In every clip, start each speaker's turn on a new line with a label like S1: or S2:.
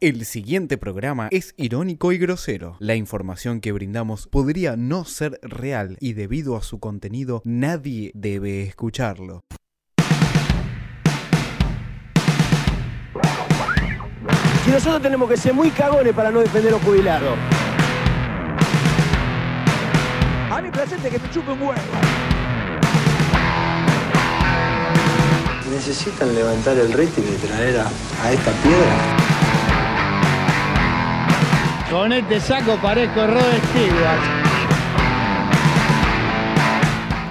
S1: El siguiente programa es irónico y grosero. La información que brindamos podría no ser real y debido a su contenido nadie debe escucharlo.
S2: Si nosotros tenemos que ser muy cagones para no defender a los jubilados. A mí presente que me chupe un huevo.
S3: Necesitan levantar el rating y traer a, a esta piedra.
S4: Con este saco parezco Rod Stewart.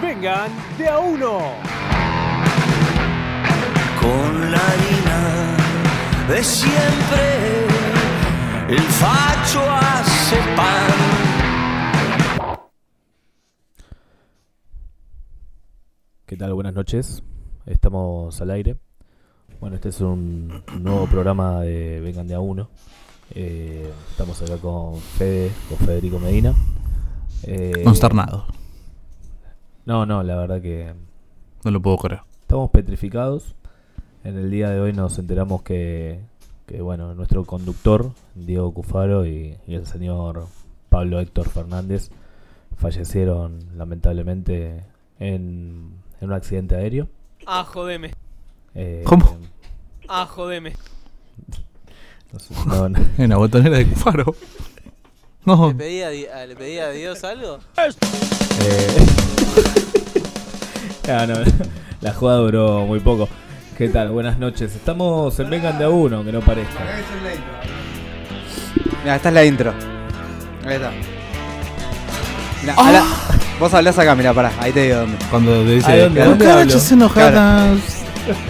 S2: Vengan de a uno.
S5: con la harina de siempre. El facho hace pan.
S6: ¿Qué tal? Buenas noches. Estamos al aire. Bueno, este es un nuevo programa de Vengan de a uno. Eh, estamos acá con Fede, con Federico Medina. Eh,
S7: Consternado.
S6: No, no, la verdad que
S7: No lo puedo creer.
S6: estamos petrificados. En el día de hoy nos enteramos que, que, bueno, nuestro conductor, Diego Cufaro, y, y el señor Pablo Héctor Fernández fallecieron lamentablemente en, en un accidente aéreo.
S8: Ah, jodeme.
S6: Eh,
S7: ¿Cómo?
S8: Ah, jodeme.
S6: no sé, no- no-
S7: En la botonera de Cufaro. No,
S9: pedí a, di- a- ¿Le pedí a Dios algo?
S6: Eh, ah, no, la jugada duró muy poco. ¿Qué tal? Buenas noches. Estamos en Vengan de a uno, que no parezca.
S10: Mira, esta es la intro. Ahí está. Mirá, habla- Vos hablás acá, mirá, pará, ahí te digo dónde.
S7: cuando te
S6: ¿A
S7: dice.
S6: dónde- dónde hablo?
S7: Cucarachas enojadas.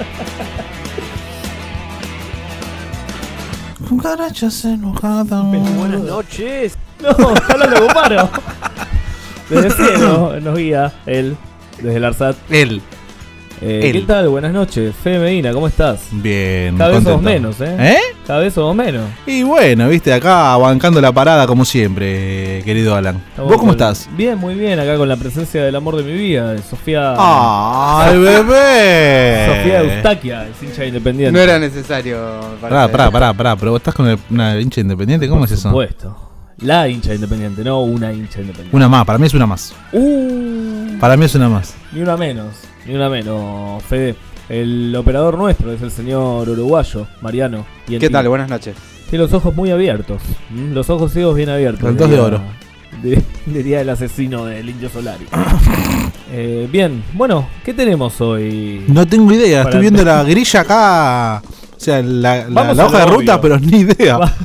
S7: Cucarachas enojadas.
S6: noches. No, está hablando con paro. Desde cielo nos guía él, desde el ARSAT.
S7: Él.
S6: Eh, ¿Qué
S7: Él.
S6: tal? Buenas noches. Fede Medina, ¿cómo estás?
S7: Bien.
S6: Cada vez
S7: contento.
S6: somos menos, ¿eh?
S7: ¿Eh?
S6: Cada vez somos menos.
S7: Y bueno, viste, acá bancando la parada como siempre, eh, querido Alan.
S6: Estamos
S7: ¿Vos cómo
S6: con-
S7: estás?
S6: Bien, muy bien, acá con la presencia del amor de mi vida, de Sofía.
S7: Ah, ¡Ay, bebé!
S6: Ah. Sofía Eustaquia, es hincha de independiente.
S10: No era necesario. me parece.
S7: Pará, pará, pará, pará, pero vos estás con el- una hincha independiente, ¿cómo
S6: Por
S7: es eso?
S6: supuesto. La hincha independiente, no una hincha independiente.
S7: Una más, para mí es una más.
S6: Uh,
S7: Para mí es una más.
S6: ni una menos, ni una menos, Fede. El operador nuestro es el señor uruguayo, Mariano. Y el
S10: ¿Qué
S6: ti-
S10: tal? Buenas noches.
S6: Tiene los ojos muy abiertos. ¿m? Los ojos ciegos bien abiertos.
S7: Los dos de
S6: diría-
S7: oro.
S6: di- Diría el asesino del Indio Solari. Eh, bien, bueno, ¿qué tenemos hoy?
S7: No tengo idea,
S6: Para-
S7: estoy viendo la grilla acá. O sea, la, la-
S6: Vamos
S7: la
S6: a
S7: hoja
S6: lo
S7: de ruta,
S6: obvio.
S7: pero ni idea.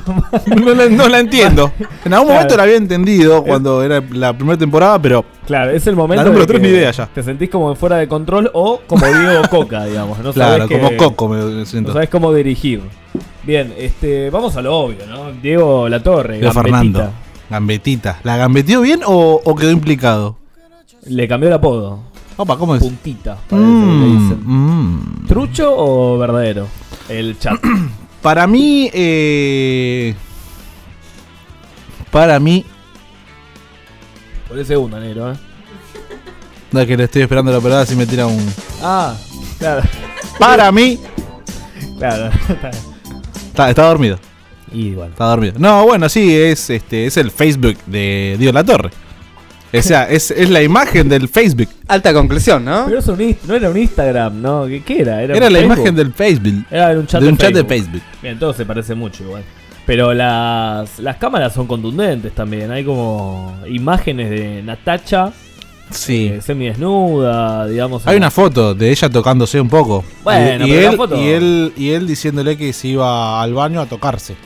S7: No la, no la entiendo. En algún
S6: Claro.
S7: momento
S6: Eh,
S7: la había entendido cuando era la primera temporada, pero
S6: Claro, es el momento.
S7: La
S6: de
S7: número tres
S6: que
S7: ni idea ya.
S6: Te sentís como fuera de control o como Diego Coca, digamos. No
S7: claro,
S6: sabés que-
S7: como Coco me- me
S6: No
S7: siento.
S6: sabes cómo dirigir. Bien, este, vamos a lo obvio, ¿no? Diego Latorre,
S7: Pero
S6: Gambetita.
S7: Fernando. Gambetita. ¿La gambeteó bien o, o quedó implicado?
S6: Le cambió el apodo.
S7: Opa, ¿cómo es?
S6: Puntita, parece que le
S7: Mm,
S6: dicen.
S7: mm.
S6: ¿Trucho o verdadero? El chat.
S7: Para mí, eh, para mí,
S6: Por el segundo, negro, ¿eh?
S7: no es que le estoy esperando la operada si me tira un.
S6: Ah, claro,
S7: Para mí,
S6: claro.
S7: está, está dormido.
S6: y bueno.
S7: Está dormido. No, bueno, sí, es este es el Facebook de Dios La Torre. O sea, es, es la imagen del Facebook.
S10: Alta conclusión, ¿no?
S6: Pero eso no era un Instagram, ¿no? ¿Qué, qué era?
S7: Era
S6: un
S7: la
S6: Facebook?
S7: imagen del Facebook.
S6: Era un chat
S7: de un chat de
S6: Facebook.
S7: Facebook.
S6: Bien, todo se parece mucho igual. Pero las, las cámaras son contundentes también. Hay como imágenes de Natacha
S7: Sí.
S6: eh, semidesnuda, digamos.
S7: Hay una foto de ella tocándose un poco.
S6: Bueno,
S7: y, y
S6: pero la
S7: él,
S6: foto-
S7: y él y él diciéndole que se iba al baño a tocarse.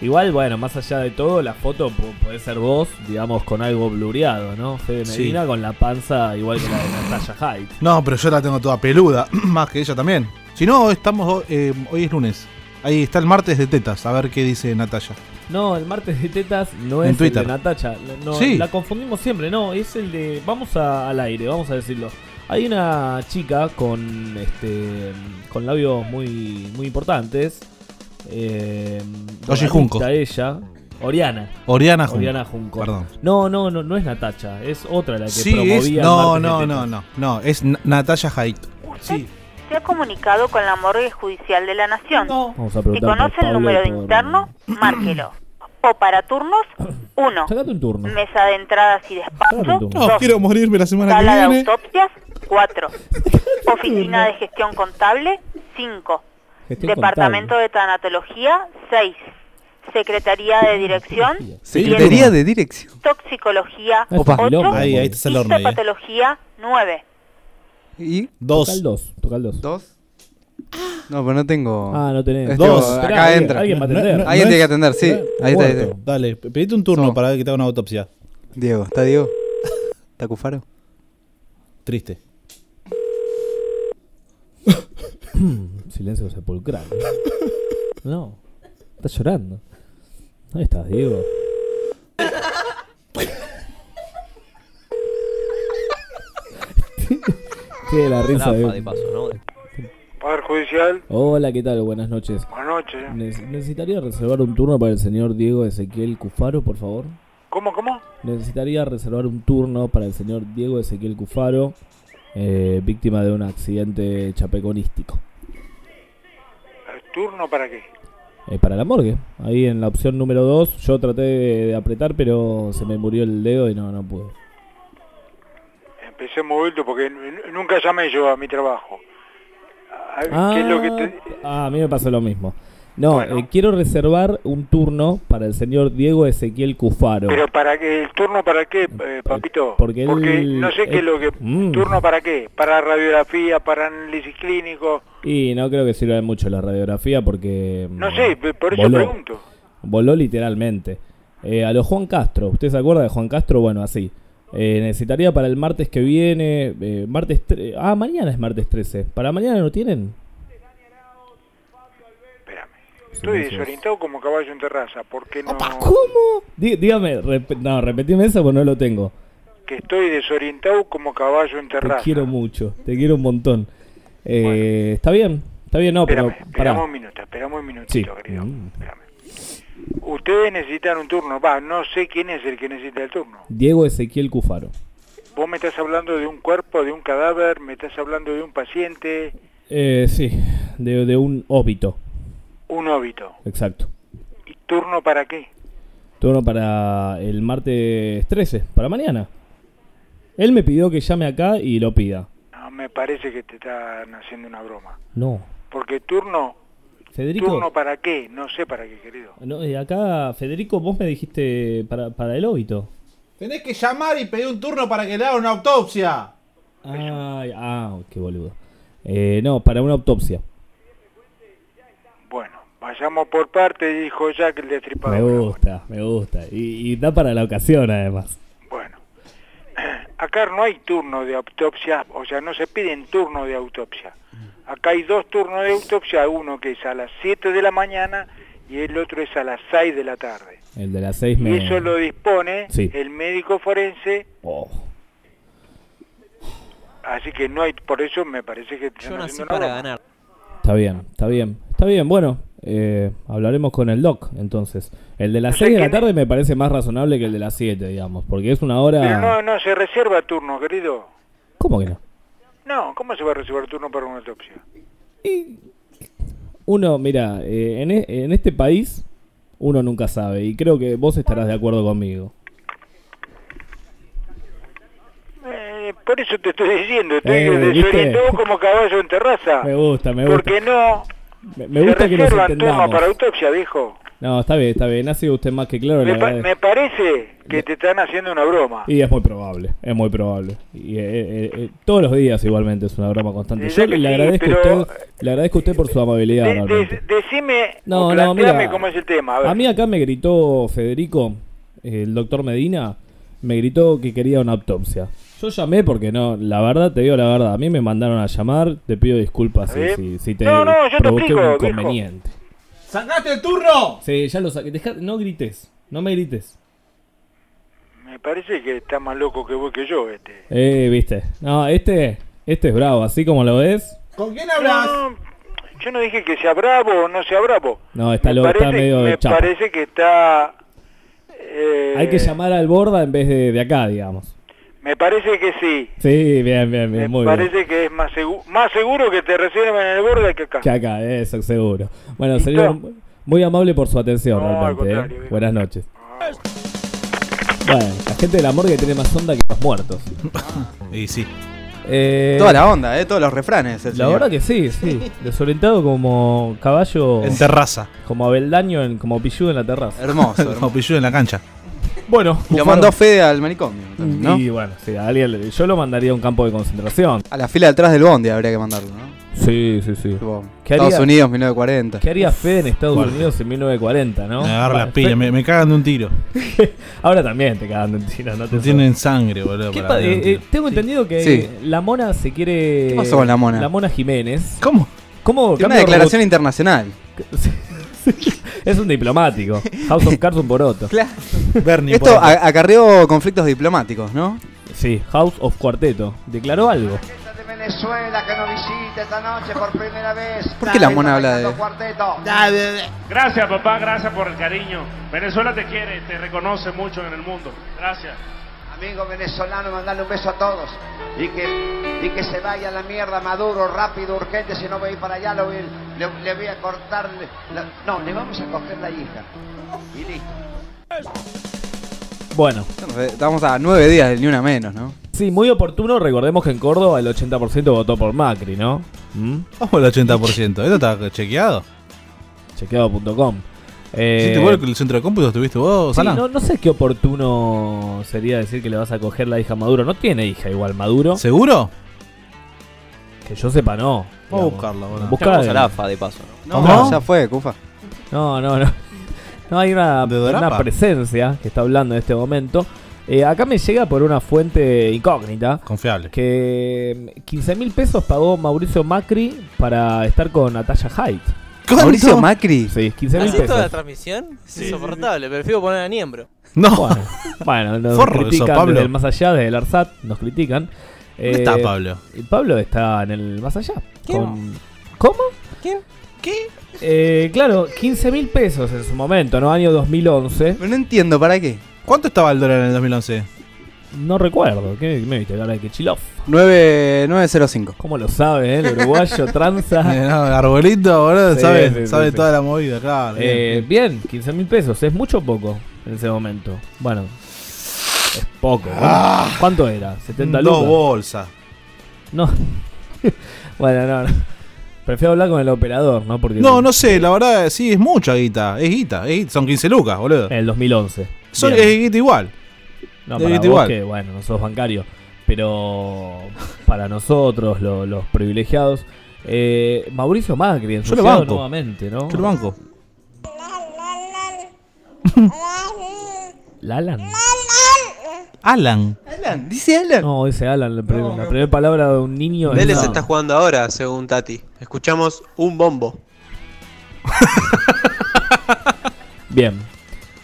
S6: Igual, bueno, más allá de todo, la foto po- puede ser vos, digamos, con algo blureado, ¿no? Fede
S7: Sí.
S6: Medina con la panza igual que la de Natalia Hyde.
S7: No, pero yo la tengo toda peluda, más que ella también. Si no, estamos eh, hoy es lunes. Ahí está el martes de tetas, a ver qué dice Natalia.
S6: No, el martes de tetas no
S7: En
S6: es
S7: Twitter.
S6: el de Natacha. No,
S7: Sí.
S6: La confundimos siempre, no, es el de... Vamos a- al aire, vamos a decirlo. Hay una chica con este con labios muy muy importantes. Eh,
S7: Oye,
S6: drogadicta
S7: Junco.
S6: ella. Oriana.
S7: Oriana Junco.
S6: Oriana Junco.
S7: Perdón.
S6: No, no, no, no es Natacha. Es otra la que
S7: Sí,
S6: promovía
S7: es,
S6: el
S7: no,
S6: martes de
S7: no, no,
S6: tetas.
S7: no, no, es Na- Natalia Haidt. Sí.
S11: se ha comunicado con la morgue judicial de la Nación.
S6: Vamos a
S11: Si
S6: preguntar
S11: conoce
S6: por
S11: el
S6: Pablo
S11: número de
S6: por-
S11: interno, márquelo. O para turnos, 1.
S6: Sacate un turno.
S11: Mesa de entradas y despacho,
S6: Sacate un turno.
S12: No,
S11: 2.
S12: quiero morirme la semana que
S11: Sala de
S12: viene.
S11: autopsias, 4. Oficina de gestión contable, 5.
S12: Gestión
S11: Departamento de tanatología, 6. Secretaría de dirección,
S10: Secretaría de dirección.
S11: toxicología,
S10: Opa.
S11: 8.
S10: Ahí, ahí está el horno, ahí, eh.
S11: Patología, 9.
S10: ¿Y?
S7: Dos.
S6: Toca el dos. Toca el dos.
S10: ¿Dos? No, pero no tengo.
S6: Ah, no tenés.
S10: Este,
S6: Dos.
S10: Acá
S6: Esperá, alguien-
S10: entra.
S6: alguien va a atender.
S10: Alguien
S6: No, no
S10: tiene
S6: es-
S10: que atender, sí.
S6: no,
S10: Ahí está, ahí está.
S12: Muerto. Dale, pedite un turno para que te haga una autopsia.
S10: Diego, ¿está Diego? ¿Está Cufaro?
S12: Triste.
S6: Silencio sepulcral. No. Estás llorando. ¿Dónde estás, Diego? Tiene la risa
S13: Rafa,
S6: de...
S13: de paso,
S14: Poder Judicial,
S6: Hola, ¿qué tal? Buenas noches.
S14: buenas noches.
S6: Ne- necesitaría reservar un turno para el señor Diego Ezequiel Cufaro, por favor.
S14: ¿Cómo, cómo?
S6: Necesitaría reservar un turno para el señor Diego Ezequiel Cufaro, eh, víctima de un accidente chapeconístico.
S14: ¿Turno para qué?
S6: Eh, para la morgue. Ahí en la opción número 2 yo traté de, de apretar, pero se me murió el dedo y no, no pude.
S14: Empecé movido porque n- n- nunca llamé yo a mi trabajo. A- ¿Qué es lo que te...
S6: ah, a mí me pasó lo mismo. No, eh, quiero reservar un turno para el señor Diego Ezequiel Cufaro.
S14: Pero para qué, el turno para qué, eh, papito?
S6: Ah, porque él-
S14: no sé
S6: él-
S14: qué es lo que...
S6: Mm.
S14: ¿Turno para qué? ¿Para radiografía, para análisis clínico?
S6: Y no creo que sirva de mucho la radiografía porque...
S14: No
S6: mm,
S14: sé, p- por eso
S6: voló.
S14: pregunto.
S6: Voló literalmente. Eh, a lo Juan Castro, ¿usted se acuerda de Juan Castro? Bueno, así. Eh, necesitaría para el martes que viene, eh, martes... tre- Ah, mañana es martes 13. ¿Para mañana no tienen?
S14: Estoy
S6: sí, sí.
S14: desorientado como caballo en terraza, porque no...
S6: ¿Cómo? Dí- dígame, rep- no, repetime eso porque no lo tengo.
S14: Que estoy desorientado como caballo en
S6: Te
S14: terraza.
S6: quiero mucho, te quiero un montón. Eh, Está bien, está bien, no, pero... pará.
S14: Esperamos un minuto, esperamos un minuto.
S6: Sí. Mm.
S14: Ustedes necesitan un turno, va, no sé quién es el que necesita el turno.
S6: Diego Ezequiel Cufaro.
S14: Vos me estás hablando de un cuerpo, de un cadáver, me estás hablando de un paciente,
S6: Eh, sí, de, de un óbito,
S14: un óbito.
S6: exacto.
S14: ¿Turno para qué?
S6: Turno para el martes 13, para mañana. Él me pidió que llame acá y lo pida.
S14: No, me parece que te están haciendo una broma.
S6: No.
S14: Porque turno,
S6: Federico.
S14: turno para qué, no sé para qué, querido.
S6: No, eh, acá, Federico, vos me dijiste para, para el óbito.
S7: Tenés que llamar y pedir un turno para que le hagan una autopsia.
S6: Ay, ah, qué boludo. Eh, no, para una autopsia.
S14: Bueno, vayamos por parte, dijo Jack el
S6: Me
S14: destripador.
S6: gusta, me gusta. Y, y da para la ocasión, además.
S14: Bueno, acá no hay turno de autopsia, o sea, no se piden turno de autopsia.
S6: Mm.
S14: Acá hay dos turnos de autopsia, uno que es a las 7 de la mañana y el otro es a las 6 de la tarde.
S6: El de las seis
S14: Y
S6: me...
S14: eso lo dispone
S6: Sí.
S14: el médico forense.
S6: Oh.
S14: Así que no hay, por eso me parece que... Yo nací para ganar.
S6: Está bien, está bien. Está bien, bueno. eh, hablaremos con el doc, entonces. El de las
S14: No sé
S6: 6 de la
S14: quién
S6: tarde me parece más razonable que el de las 7, digamos. Porque es una hora...
S14: Pero no, no, se reserva turno, querido.
S6: ¿Cómo que no?
S14: No, ¿cómo se va a reservar turno para una autopsia?
S6: Uno, mira, eh, en, e- en este país uno nunca sabe. Y creo que vos estarás de acuerdo conmigo.
S14: Eh, por eso te estoy diciendo, estoy
S6: Eh, ¿viste?
S14: desorientado como caballo en terraza.
S6: Me gusta, me gusta.
S14: Porque no,
S6: Me, me gusta
S14: Ah, se
S6: que nos
S14: reservan turno
S6: entendamos.
S14: para autopsia, viejo.
S6: No, está bien, está bien. Ha sido usted más que claro. le
S14: Me, pa-
S6: agradezco.
S14: me parece que te están haciendo una broma.
S6: eh. Y es muy probable, es muy probable. Y eh, eh, eh, todos los días igualmente es una broma constante. Yo le agradezco a usted, le agradezco a usted por su amabilidad. realmente.
S14: Decime,
S6: No, no,
S14: o planteame
S6: mira.
S14: cómo es el tema. A ver.
S6: A mí acá me gritó Federico, el doctor Medina, me gritó que quería una autopsia. Yo llamé porque no, la verdad, te digo la verdad, a mí me mandaron a llamar, te pido disculpas si,
S7: ¿Eh?
S6: si- si te
S7: No, no, yo te
S6: provoqué un
S7: explico, viejo.
S6: inconveniente.
S7: ¡Sacate el turno!
S6: Sí, ya lo saqué. Dejá- no grites, no me grites.
S14: Me parece que está más loco que vos que yo, este.
S6: Eh, viste. No, este, este es bravo, así como lo ves.
S7: ¿Con quién
S14: hablas? yo no dije que sea bravo o no sea bravo.
S6: No, está, lo, está medio
S14: me
S6: chapa.
S14: parece que está... eh,
S6: Hay que llamar al borda en vez de, de acá, digamos.
S14: Me parece que sí.
S6: Sí, bien, bien, bien, muy bien.
S14: parece que es más, segu- más seguro que te reciban en el borde que acá.
S6: Que acá, eso seguro. Bueno, señor, muy amable por su atención, realmente. ¿eh? Buenas noches. Bueno, la gente de la morgue tiene más onda que los muertos.
S7: Y sí.
S10: Toda la onda, ¿eh? Todos los refranes. el
S6: La
S10: señor.
S6: verdad que sí, sí. Desorientado como caballo.
S7: En terraza.
S6: Como Abeldaño, en, como Pillú en la terraza.
S10: Hermoso,
S7: Como pillú en la cancha.
S6: Bueno,
S10: Y Lo
S6: Bufaro. Mm.
S10: mandó Fede al manicomio. entonces, ¿no?
S6: Y bueno, sí, a alguien le- yo lo mandaría a un campo de concentración.
S10: A la fila detrás del bondi habría que mandarlo, ¿no?
S6: Sí, sí, sí. ¿Qué haría-
S10: Estados Unidos, 1940.
S6: ¿Qué haría Fede en Estados
S10: Fuerte.
S6: Unidos en 1940, no?
S7: Me agarra
S6: Bueno,
S7: la pilla,
S6: Fe-
S7: me, me cagan de un tiro.
S6: Ahora también te cagan de un tiro, no te
S7: Tienen sangre, boludo.
S6: ¿Qué
S7: para
S6: pa-
S7: darle un
S6: eh,
S7: tiro.
S6: eh, tengo entendido que
S7: Sí.
S6: la mona se quiere.
S10: ¿Qué pasó con la mona?
S6: La mona Jiménez.
S7: ¿Cómo?
S10: Tiene
S6: ¿Cómo?
S10: una
S6: Cambio
S10: declaración internacional.
S6: robot- Es un diplomático. House of Cards un poroto.
S10: Claro.
S7: Bernie,
S10: Esto a- acarreó conflictos diplomáticos, ¿no?
S6: Sí, House of Cuarteto. Declaró algo.
S13: Venezuela que nos visita esta noche por primera vez.
S10: ¿Por qué la mona habla de.?
S15: Gracias, papá, gracias por el cariño. Venezuela te quiere, te reconoce mucho en el mundo. Gracias.
S13: Amigo venezolano, mandarle un beso a todos. Y que, y que se vaya a la mierda, Maduro, rápido, urgente. Si no voy a ir para allá, lo voy- le, le voy a cortar. la- no, le vamos a coger la hija. Y listo.
S6: Bueno.
S10: Estamos a nueve días del ni una menos, ¿no?
S6: Sí, muy oportuno. Recordemos que en Córdoba el 80% votó por Macri, ¿no? Mm,
S7: Ojo el 80%. ¿Esto está chequeado?
S6: Chequeado.com.
S7: ¿Hiciste vos el centro de cómputo? ¿Estuviste vos,
S6: Eh, Sí,
S7: Alan?
S6: no, no sé qué oportuno sería decir que le vas a coger la hija a Maduro. No tiene hija igual Maduro.
S7: ¿Seguro?
S6: Que yo sepa, no.
S7: Vamos a buscarla, boludo. Llamamos a la AFA, de paso.
S10: No, ya fue, Cufa.
S6: No, no, no. No hay una,
S10: Dorapa?
S6: una presencia que está hablando en este momento. Eh, acá me llega por una fuente incógnita.
S7: Confiable.
S6: Que mm, 15 mil pesos pagó Mauricio Macri para estar con Natalia Haidt.
S10: ¿Mauricio Macri?
S6: Sí, 15 mil
S9: ¿Así toda la
S6: pesos.
S9: transmisión? Es insoportable, prefiero poner a Niembro.
S7: No.
S6: Bueno, bueno, nos
S7: Forro eso,
S6: critican
S7: Pablo.
S6: desde el más allá, desde el ARSAT, nos critican. Eh,
S7: ¿Dónde está Pablo?
S6: y Pablo está en el más allá.
S7: ¿Quién?
S6: con- ¿Cómo?
S9: ¿Quién?
S6: ¿Qué? claro, 15 mil pesos en su momento, ¿no? Año 2011.
S10: no entiendo, ¿para qué?
S7: ¿Cuánto estaba el dólar en el 2011?
S6: No recuerdo. ¿Qué me viste? Cara de que chilof.
S10: 9905.
S6: ¿Cómo lo sabe, eh? El uruguayo tranza.
S7: Eh, no, arbolito, boludo,
S6: Sí,
S7: sabe,
S6: sí, sí,
S7: sabe
S6: sí.
S7: toda la movida, claro. bien,
S6: Eh,
S7: bien.
S6: bien, 15 mil pesos. Es mucho o poco en ese momento. Bueno, es poco. ¿no?
S7: Ah.
S6: ¿Cuánto era? ¿70 lucas?
S7: Dos bolsas.
S6: No. bueno, no, no. Prefiero hablar con el operador, ¿no? Porque
S7: No, no sé, la verdad, sí, es mucha guita. Es guita, es guita, son 15 lucas, boludo.
S6: En el 2011.
S7: Son,
S6: Eh, Bien.
S7: es guita igual.
S6: No, para
S7: es
S6: vos
S7: guita igual.
S6: que, bueno, no sos bancario. Pero para nosotros, lo- los privilegiados. eh, Mauricio Macri,
S7: Yo lo
S6: ensuciado
S7: banco.
S6: nuevamente, ¿no?
S7: Yo lo banco.
S6: Lalan.
S7: Alan.
S10: Alan, dice Alan.
S6: No, dice Alan, la, prim- la primera palabra de un niño. es
S9: Dele
S6: no.
S9: se está jugando ahora, según Tati. Escuchamos un bombo.
S6: Bien.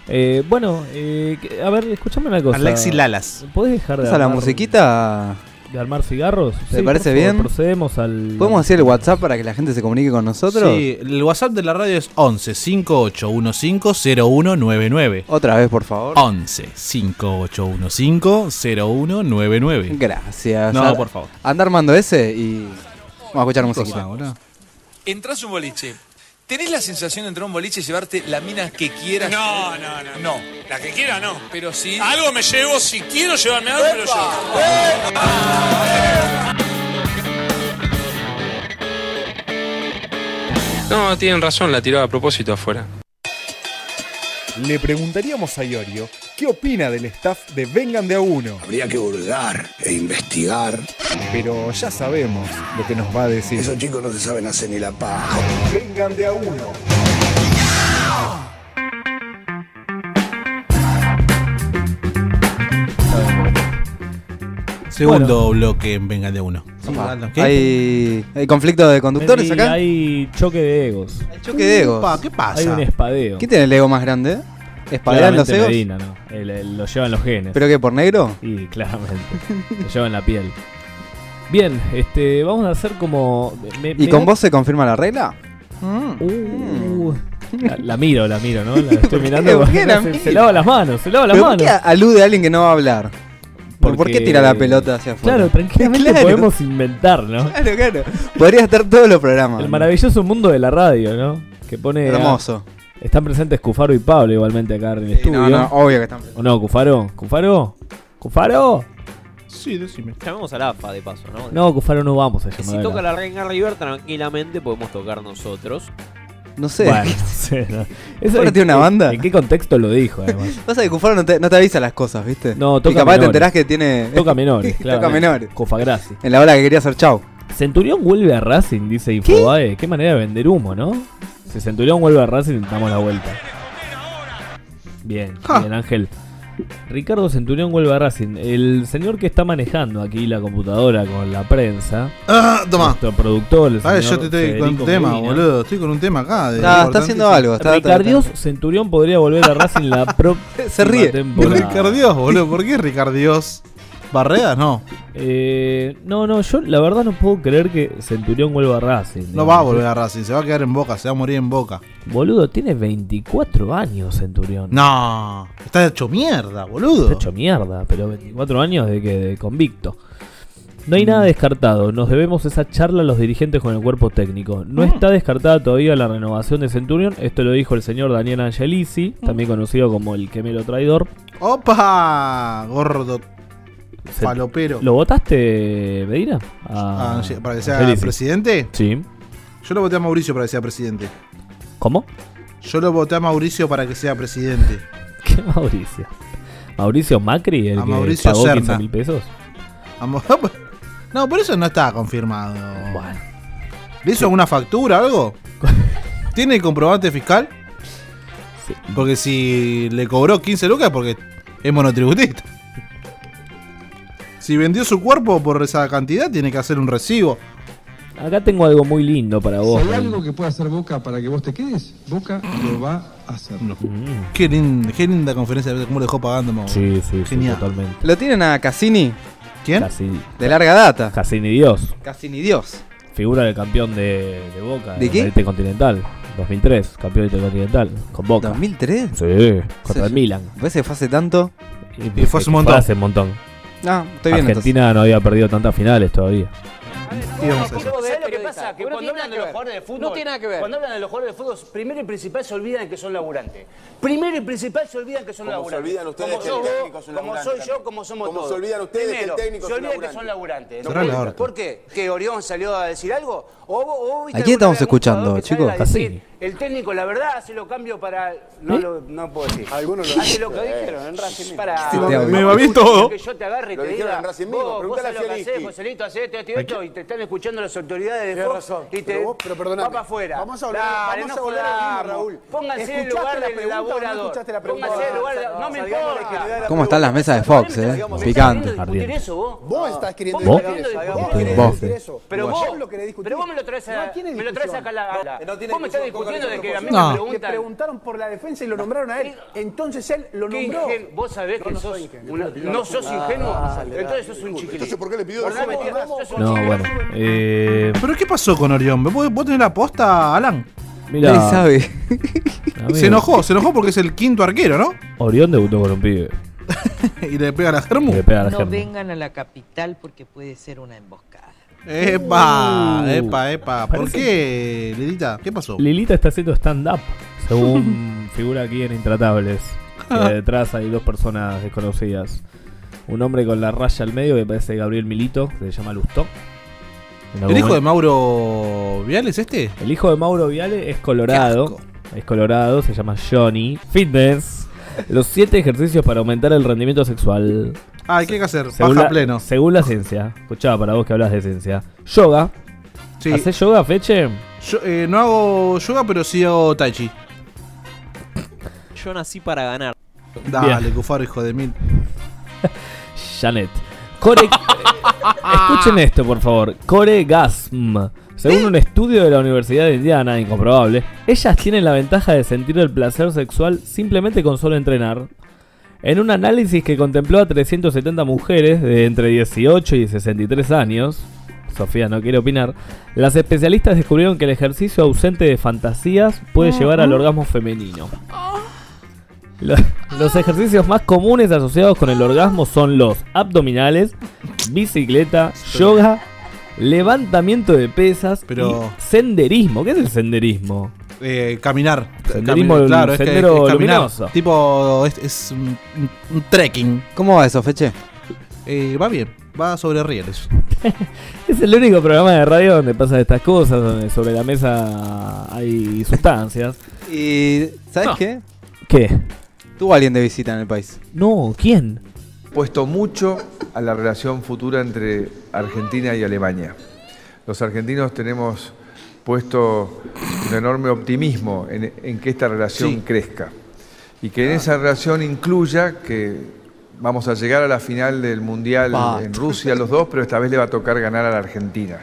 S6: Eh, bueno, eh, que- a ver, escúchame una cosa.
S10: Alexis Lalas.
S6: ¿Podés dejar de
S10: ¿Esa la
S6: armar,
S10: musiquita?
S6: de armar cigarros?
S10: ¿Te
S6: Sí,
S10: parece
S6: por favor,
S10: bien?
S6: Procedemos al.
S10: ¿Podemos hacer el WhatsApp para que la gente se comunique con nosotros?
S7: Sí, el WhatsApp de la radio es 11 5815 0199.
S10: Otra vez, por favor.
S7: 11 5815 0199.
S10: Gracias.
S7: No,
S10: Ar-
S7: por favor.
S10: Anda armando ese y. Vamos a escuchar musiquita.
S16: Entrás a un boliche. ¿Tenés la sensación de entrar a un boliche y llevarte la mina que quieras? No, no, no. No. La que quiera, no. Pero sí. Algo me llevo, si quiero llevarme algo, me lo llevo.
S17: No, tienen razón, la tiró a propósito afuera.
S1: Le preguntaríamos a Iorio qué opina del staff de Vengan de a uno.
S18: Habría que hurgar e investigar.
S1: Pero ya sabemos lo que nos va a decir.
S18: Esos chicos no se saben hacer ni la paja.
S1: Vengan de a uno.
S7: Segundo bloque en Venga de uno.
S10: Opa, ¿Hay, hay conflicto de conductores
S6: Hay-
S10: acá?
S6: Hay choque de egos. Hay
S10: choque de egos. Upa,
S7: ¿Qué
S6: Hay un espadeo.
S10: ¿Quién tiene el ego más grande? ¿Espadean
S6: Claramente
S10: los egos?
S6: Medina, ¿no? El- el- lo llevan los genes.
S10: ¿Pero qué, por negro?
S6: Y claramente. lo llevan la piel. Bien, este, vamos a hacer como. me-
S10: ¿Y
S6: me
S10: con
S6: da-
S10: vos se confirma la regla?
S6: Uh, la, la miro, la miro, ¿no? La
S10: qué?
S6: estoy mirando.
S10: ¿Por qué la
S6: se,
S10: miro?
S6: se lava las manos, se lava las
S10: ¿Pero por
S6: manos.
S10: qué alude a alguien que no va a hablar? ¿Por- por qué tira la pelota hacia afuera?
S6: Claro, tranquilamente
S10: Claro.
S6: podemos inventar, ¿no?
S10: Claro, claro. Podría estar todos los programas.
S6: El maravilloso mundo de la radio, ¿no? Que pone.
S10: Hermoso.
S6: están presentes Cufaro y Pablo igualmente acá en el estudio.
S10: no, no, obvio que están presentes.
S6: ¿O no, Cufaro? ¿Cufaro? ¿Cufaro?
S7: Sí, decime.
S19: Llamemos al AFA de paso, ¿no?
S6: No, Cufaro no vamos a
S19: Que
S6: llamar.
S19: Si
S6: a
S19: toca la reina River, tranquilamente podemos tocar nosotros.
S10: No sé. Ah,
S6: Bueno, no sé. no. Eso
S10: Cufaro
S6: en-
S10: tiene una banda.
S6: ¿En qué contexto lo dijo, además?
S10: Pasa que Cufaro no te, no te avisa las cosas, ¿viste?
S6: No,
S10: Y
S6: toca
S10: capaz te
S6: menores.
S10: enterás que tiene.
S6: Toca menores, claro.
S10: Toca menores.
S6: Cofagrassi.
S10: En la hora que quería hacer chau.
S6: Centurión vuelve a Racing, dice Infobae. ¿Qué? manera de vender humo, ¿no? Si Centurión vuelve a Racing, damos la vuelta. Bien, bien, Ángel. Ricardo Centurión vuelve a Racing. El señor que está manejando aquí la computadora con la prensa.
S7: Ah, toma.
S6: Nuestro productor, el
S7: Ah, yo
S6: señor
S7: te estoy con
S6: Federico
S7: un tema,
S6: Cudina.
S7: boludo. Estoy con un tema acá. de- importantísimo.
S6: Ricardios Centurión podría volver a Racing la próxima
S7: Se ríe.
S6: temporada.
S7: Ricardios, boludo. ¿Por qué Ricardios? Barredas, no.
S6: Eh, no, no, yo la verdad no puedo creer que Centurión vuelva a Racing.
S7: No va a volver a Racing, se va a quedar en Boca, se va a morir en Boca.
S6: Boludo, tiene 24 años Centurión.
S7: No, está hecho mierda, boludo.
S6: Está hecho mierda, pero 24 años de que de convicto. No hay nada descartado, nos debemos esa charla a los dirigentes con el cuerpo técnico.
S7: Mm.
S6: No está descartada todavía la renovación de Centurión, esto lo dijo el señor Daniel Angelisi, también conocido como el quemelo traidor.
S7: ¡Opa! Gordo.
S6: Se-
S7: Falopero.
S6: ¿Lo votaste, Medina? A-
S7: Ah, Ange- para que sea
S6: Angelisi.
S7: presidente.
S6: Sí.
S7: Yo lo voté a Mauricio para que sea presidente.
S6: ¿Cómo?
S7: Yo lo voté a Mauricio para que sea presidente.
S6: ¿Qué Mauricio? ¿Mauricio Macri? El
S7: A
S6: que
S7: Mauricio
S6: pagó
S7: Serna.
S6: 15 mil pesos.
S7: A Mo- No, por eso no está confirmado. ¿Le hizo alguna factura algo? ¿Tiene el comprobante fiscal? Porque si le cobró 15 lucas es porque es monotributista. Si vendió su cuerpo por esa cantidad, tiene que hacer un recibo.
S6: Acá tengo algo muy lindo para vos.
S20: hay algo que pueda hacer Boca para que vos te quedes, Boca lo va a hacer.
S7: Qué, linda, qué linda conferencia, cómo lo dejó pagando. Mau.
S6: Mm. Sí, sí,
S7: Genial.
S6: totalmente.
S10: ¿Lo tienen a Cassini?
S7: ¿Quién?
S6: Cassini.
S10: De larga data.
S6: Cassini Dios.
S10: Cassini Dios.
S6: Figura del campeón de, de Boca.
S10: ¿De
S6: del
S10: qué?
S6: Intercontinental. 2003, campeón intercontinental. Con Boca.
S10: ¿2003?
S6: Sí, contra
S10: Sí,
S6: el
S10: sí.
S6: Milan.
S10: ¿Ves que fue hace tanto?
S6: Y fue hace un montón. hace un montón.
S10: Ah, estoy bien entonces.
S6: Argentina no había perdido tantas finales todavía.
S21: ¿Sabes lo que pasa? Que cuando hablan de los jugadores de fútbol. Cuando hablan de los jugadores de fútbol, primero y principal se olvidan que son laburantes. Primero y principal se olvidan que son
S22: Como se
S21: laburantes.
S22: olvidan ustedes
S21: como
S22: que
S21: sos
S22: el
S21: vos,
S22: técnico es un
S21: Como soy
S22: laburante
S21: yo,
S22: también.
S21: como somos
S22: Como se
S21: todos.
S22: olvidan ustedes que el
S21: Primero,
S22: técnico es
S21: Se
S22: un
S21: olvidan que son
S22: laburante.
S21: laburantes.
S10: Cerrá la
S21: ¿Por-
S10: horta.
S21: ¿Por qué? ¿Que Orión salió a decir algo? ¿O, vos- o viste
S10: ¿A
S21: alguna
S10: quién estamos
S21: vez algún
S10: escuchando,
S21: jugador que salga
S10: chicos?
S21: a decir,
S10: Cassini.
S21: El técnico, la verdad, se lo cambio para. No,
S10: ¿Eh?
S21: lo, no puedo decir.
S22: Algunos lo
S21: Hace lo que
S22: dijeron, eh.
S21: dijeron en Racing. Para.
S22: Sí, te hablo.
S21: Escucha,
S22: Me babé todo.
S21: Que yo te agarre y
S22: Lo
S21: te
S22: dijeron
S21: diga,
S22: en Racing mismo,
S21: vos, vos
S22: preguntale
S21: sabés
S22: a
S21: lo que hacés,
S22: Fiolinski.
S21: Joselito, hacés esto, esto y esto, y te están escuchando las autoridades de
S22: Tenés
S21: Fox
S22: razón,
S21: y te
S22: pero vos- pero perdoname.
S21: va para afuera.
S22: Vamos a volver-
S21: Dale,
S22: vamos
S21: no
S22: a volver al mismo,
S21: jodamos.
S22: Raúl.
S21: Pónganse en el
S22: ¿Escuchaste
S21: lugar
S22: la
S21: del
S22: pregunta o no
S21: laborador.
S22: escuchaste la pregunta?
S21: Pónganse en el lugar del- No me
S22: Salgamos de la ingenuidad de
S21: importa.
S22: la
S10: ¿Cómo están las mesas de Fox, eh? Picante.
S21: Discutir eso, vos.
S22: Vos estás queriendo
S10: ¿Vos?
S22: discutir eso.
S10: ¿Vos?
S22: Vos querés
S10: ¿Vos?
S22: discutir eso.
S21: Pero
S22: Vos
S21: vos,
S22: ayer lo querés discutir.
S21: pero vos me lo traes a,
S22: No tiene
S21: me lo traes
S22: discusión.
S21: acá a la, a la-
S22: No tiene
S21: Vos me estás
S22: discusión,
S21: discutiendo de que a mí
S22: No.
S21: me
S22: Le
S21: preguntan Eh,
S22: preguntaron por la defensa y lo nombraron a él. Entonces él lo
S21: ¿Qué
S22: nombró.
S21: ingen- Vos sabés que sos una- no sos ingenuo,
S22: Ah,
S21: entonces sos un chiquilín. Entonces, ¿por qué le pidió
S6: No, bueno. Eh,
S7: ¿Pero qué pasó con Orión? ¿Vos, vos tenés la posta, Alan?
S6: Mirá. Nadie sabe.
S7: Se enojó, se enojó porque es el quinto arquero, ¿no?
S6: Orión debutó con un pibe.
S7: y le pega a la Germu.
S6: Le pega a la
S23: No
S6: Germu.
S23: vengan a la capital porque puede ser una emboscada.
S7: Epa,
S6: Uh.
S7: epa, epa. ¿Por
S6: Parece-
S7: qué, Lilita? ¿Qué pasó?
S6: Lilita está haciendo stand-up, según figura aquí en Intratables. Que
S7: Ah.
S6: detrás hay dos personas desconocidas. Un hombre con la raya al medio que parece Gabriel Milito, que se llama Lustó. En algún
S7: ¿El hijo de
S6: momento-
S7: Mauro Viales este?
S6: El hijo de Mauro Viale es colorado. Es colorado, se llama Johnny. Fitness. Los siete ejercicios para aumentar el rendimiento sexual.
S7: Ah, ¿qué hay que hacer?
S6: Según
S7: Paja
S6: la,
S7: pleno.
S6: Según la ciencia. Escuchaba para vos que hablas de ciencia. Yoga.
S7: Sí.
S6: ¿Hacés yoga, Feche?
S7: Yo, eh, no hago yoga, pero sí hago tai chi.
S19: Yo nací para ganar.
S7: Dale, Cufaro, hijo de mil.
S6: Janet. Core... Eh, Escuchen esto, por favor. Coregasm. Según un estudio de la Universidad de Indiana, incomprobable, ellas tienen la ventaja de sentir el placer sexual simplemente con solo entrenar. En un análisis que contempló a 370 mujeres de entre 18 y 63 años, Sofía no quiere opinar, las especialistas descubrieron que el ejercicio ausente de fantasías puede llevar al orgasmo femenino. Lo- los ejercicios más comunes asociados con el orgasmo son los abdominales, bicicleta, yoga, levantamiento de pesas
S7: Pero-
S6: y senderismo. ¿Qué es el senderismo?
S7: Eh, caminar.
S6: Senderismo,
S7: Cami-
S6: el
S7: claro, es que-
S6: sendero
S7: es caminar.
S6: luminoso.
S7: Tipo, es, es un, un- un trekking. Eh,
S10: ¿Cómo va eso, Feche?
S7: va bien, va sobre rieles.
S6: Es el único programa de radio donde pasan estas cosas, donde sobre la mesa hay sustancias.
S10: Y. ¿Sabes qué?
S6: ¿Qué?
S10: Tuvo alguien de visita en el país.
S6: No, ¿quién?
S2: puesto mucho a la relación futura entre Argentina y Alemania. Los argentinos tenemos puesto un enorme optimismo en, en que esta relación
S3: Sí.
S2: crezca y que en esa relación incluya que vamos a llegar a la final del Mundial
S10: Pa.
S2: en Rusia los dos, pero esta vez le va a tocar ganar a la Argentina,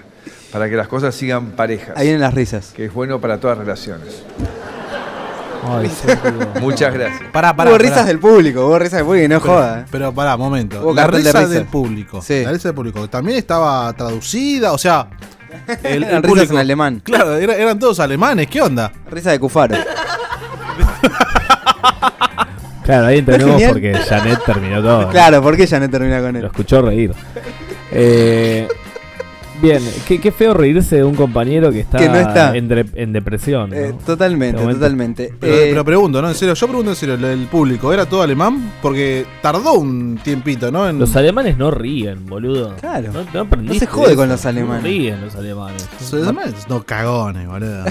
S2: para que las cosas sigan parejas.
S10: Ahí vienen las risas.
S2: Que es bueno para todas las relaciones. Muchas gracias.
S7: Pará, pará.
S10: Hubo
S7: pará.
S10: risas del público, hubo risas del público y no
S7: Pero-
S10: joda. eh.
S7: Pero pará, momento.
S10: Hubo
S7: la
S10: cartel de
S7: risa
S10: risa.
S7: del público.
S10: Sí.
S7: La risa del público. También estaba traducida, o sea.
S10: Eran risas en alemán.
S7: Claro, era- eran todos alemanes, ¿qué onda?
S10: Risa de Cufaro.
S6: Claro, ahí entendemos
S10: genial?
S6: porque Janet terminó todo. ¿no?
S10: Claro, ¿por qué ya no termina con él?
S6: Lo escuchó reír. Eh, bien, qué, qué feo reírse de un compañero que está,
S10: Que no está.
S6: En, dre- en depresión. ¿no?
S10: Eh, totalmente,
S6: De momento-
S10: totalmente.
S7: Pero,
S10: Eh,
S7: pero pregunto, ¿no? En serio, yo pregunto en serio, ¿lo del público era todo alemán? Porque tardó un tiempito, ¿no? En...
S6: Los alemanes no ríen, boludo. Claro. No, aprendiste
S7: No se jode
S6: eso.
S7: con los alemanes.
S6: No ríen los alemanes.
S7: Los alemanes no cagones, boludo.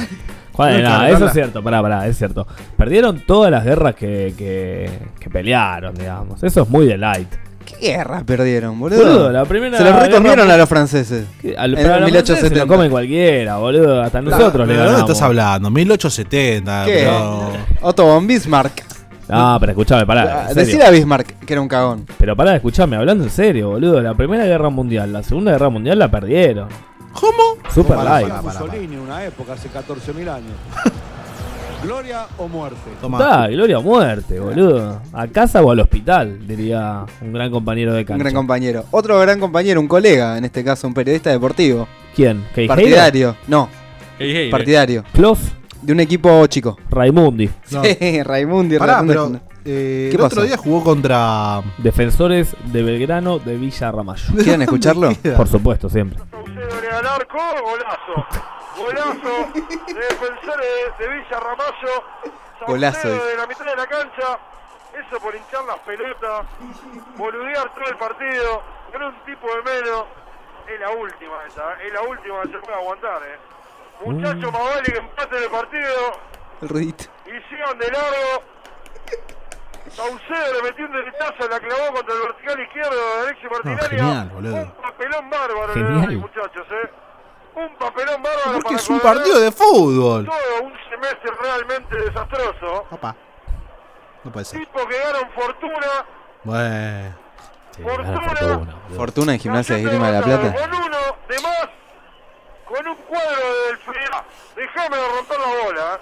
S6: Joder,
S7: No,
S6: no,
S7: claro,
S6: eso
S7: no.
S6: es cierto, pará, pará, es cierto. Perdieron todas las guerras que, que, que pelearon, digamos. Eso es muy de light.
S10: ¿Qué guerra perdieron, boludo?
S6: Boludo, la primera
S10: Se los recomieron
S6: guerra-
S10: a los franceses.
S6: Que
S10: En
S6: al- pero a los franceses
S10: 1870.
S6: Se lo comen cualquiera, boludo. Hasta
S7: Claro,
S6: nosotros le
S7: pero ¿de dónde
S6: ganamos.
S7: estás hablando? 1870,
S10: ¿Qué?
S7: pero-
S10: Otto von Bismarck.
S6: Ah, pero escuchame, pará. en serio.
S10: Decir a Bismarck que era un cagón.
S6: Pero pará, escuchame, hablando en serio, boludo. La Primera Guerra Mundial, la Segunda Guerra Mundial la perdieron.
S7: ¿Cómo?
S6: Super light.
S4: Mussolini una época hace 14.000 años. Gloria o muerte.
S6: Da, gloria a muerte, boludo. A casa o al hospital, diría un gran compañero de
S10: Un
S6: cancha.
S10: gran compañero. Otro gran compañero, un colega, en este caso, un periodista deportivo.
S6: ¿Quién? ¿Keijera?
S10: Partidario. No. Partidario.
S6: Clof.
S10: De un equipo chico.
S6: Raimundi.
S10: No. Sí, Raimundi.
S7: Pará,
S10: Raimundi.
S7: pero eh,
S10: ¿Qué
S7: el otro
S10: pasó?
S7: día jugó contra.
S6: Defensores de Belgrano de Villa Ramallo.
S10: ¿Quieren escucharlo?
S6: Por supuesto, siempre.
S24: al arco, golazo. Golazo de defensores de Villa Ramallo.
S10: Golazo, dice.
S24: de la mitad de la cancha. Eso por hinchar las pelotas. Boludear todo el partido. Con un tipo de menos. Es la última esa. eh. Es la última que se puede aguantar. Eh. Muchachos, más vale que empaten el partido.
S10: El ruidito.
S24: y sigan de largo. Saucedo le metió un derechazo, la clavó contra el vertical izquierdo de Alexis Martinaria.
S7: genial, boludo.
S24: Un papelón bárbaro, le
S7: Genial.
S24: doy, muchachos, ¿eh? Un papelón bárbaro.
S7: Porque
S24: para
S7: es un
S24: cuadrar
S7: partido de fútbol.
S24: Todo un semestre realmente desastroso.
S7: No puede ser.
S24: Tipo que ganan fortuna.
S7: Bueno.
S10: Fortuna. Fortuna en Gimnasia de Grima de la
S24: Claro,
S10: Plata.
S24: Con uno de más, con un cuadro del final. Déjame romper la bola. ¿eh?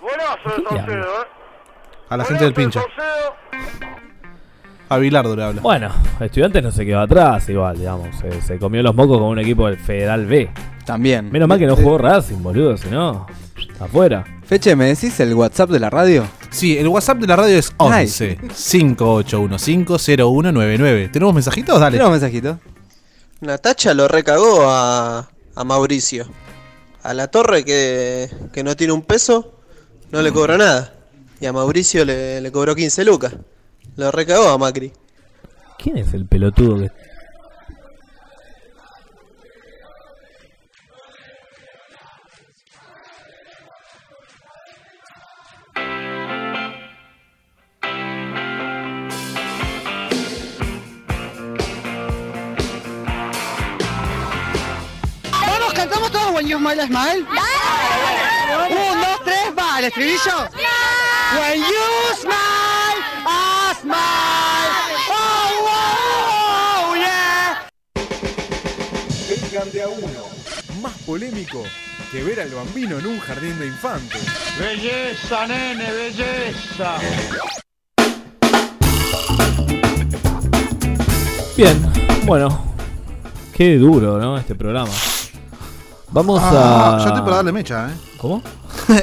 S24: Golazo de Saucedo, ¿eh?
S7: A la gente del pincha. A Bilardo le habla.
S6: Bueno, Estudiantes no se quedó atrás, igual, digamos. Se, se comió los mocos con un equipo del Federal B.
S10: También.
S6: Menos mal que no jugó Racing, boludo, si no. Afuera.
S10: Feche, ¿me decís el WhatsApp de la radio?
S7: Sí, el WhatsApp de la radio es 11 58150199. ¿Tenemos mensajitos? Dale.
S10: Tenemos mensajitos.
S9: Natacha lo recagó a, a Mauricio. A la torre que, que no tiene un peso, no le cobró nada. Y a Mauricio le, le cobró 15 lucas. Lo recagó a Macri.
S6: ¿Quién es el pelotudo que.?
S25: ¿Todos cantamos todos When You Smile, I Smile? Un, dos, tres, va, el estribillo. When You Smile, I Smile. Oh, wow, yeah.
S26: Vengan de a uno. Más polémico que ver al bambino en un jardín de infantes.
S24: Belleza, nene, belleza.
S6: Bien, bueno. Qué duro, ¿no? Este programa. Vamos
S7: Ah,
S6: a.
S7: Ya estoy para darle mecha, ¿eh?
S6: ¿Cómo?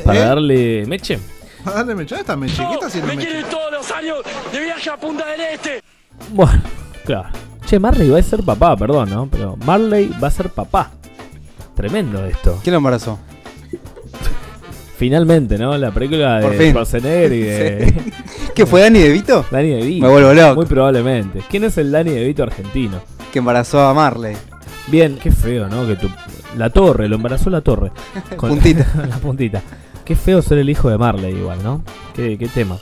S6: Para darle meche.
S7: Dale, Mechón, está Meche. ¿Qué está haciendo
S3: me
S7: Meche?
S3: quiero ir todos los años de viaje a Punta del Este.
S6: Bueno, claro. Che, Marley va a ser papá, perdón, ¿no? Pero Marley va a ser papá. Tremendo esto.
S10: ¿Quién lo embarazó?
S6: Finalmente, ¿no? La película
S10: Por
S6: de
S10: fin.
S6: Schwarzenegger y de...
S10: ¿Qué fue Dani DeVito?
S6: Dani DeVito.
S10: Me vuelvo loco.
S6: Muy probablemente. ¿Quién es el Dani DeVito argentino?
S10: Que embarazó a Marley.
S6: Bien, qué feo, ¿no? Que tu... La torre, lo embarazó la torre.
S10: Puntita.
S6: la puntita. Qué feo ser el hijo de Marley igual, ¿no? Qué, qué tema.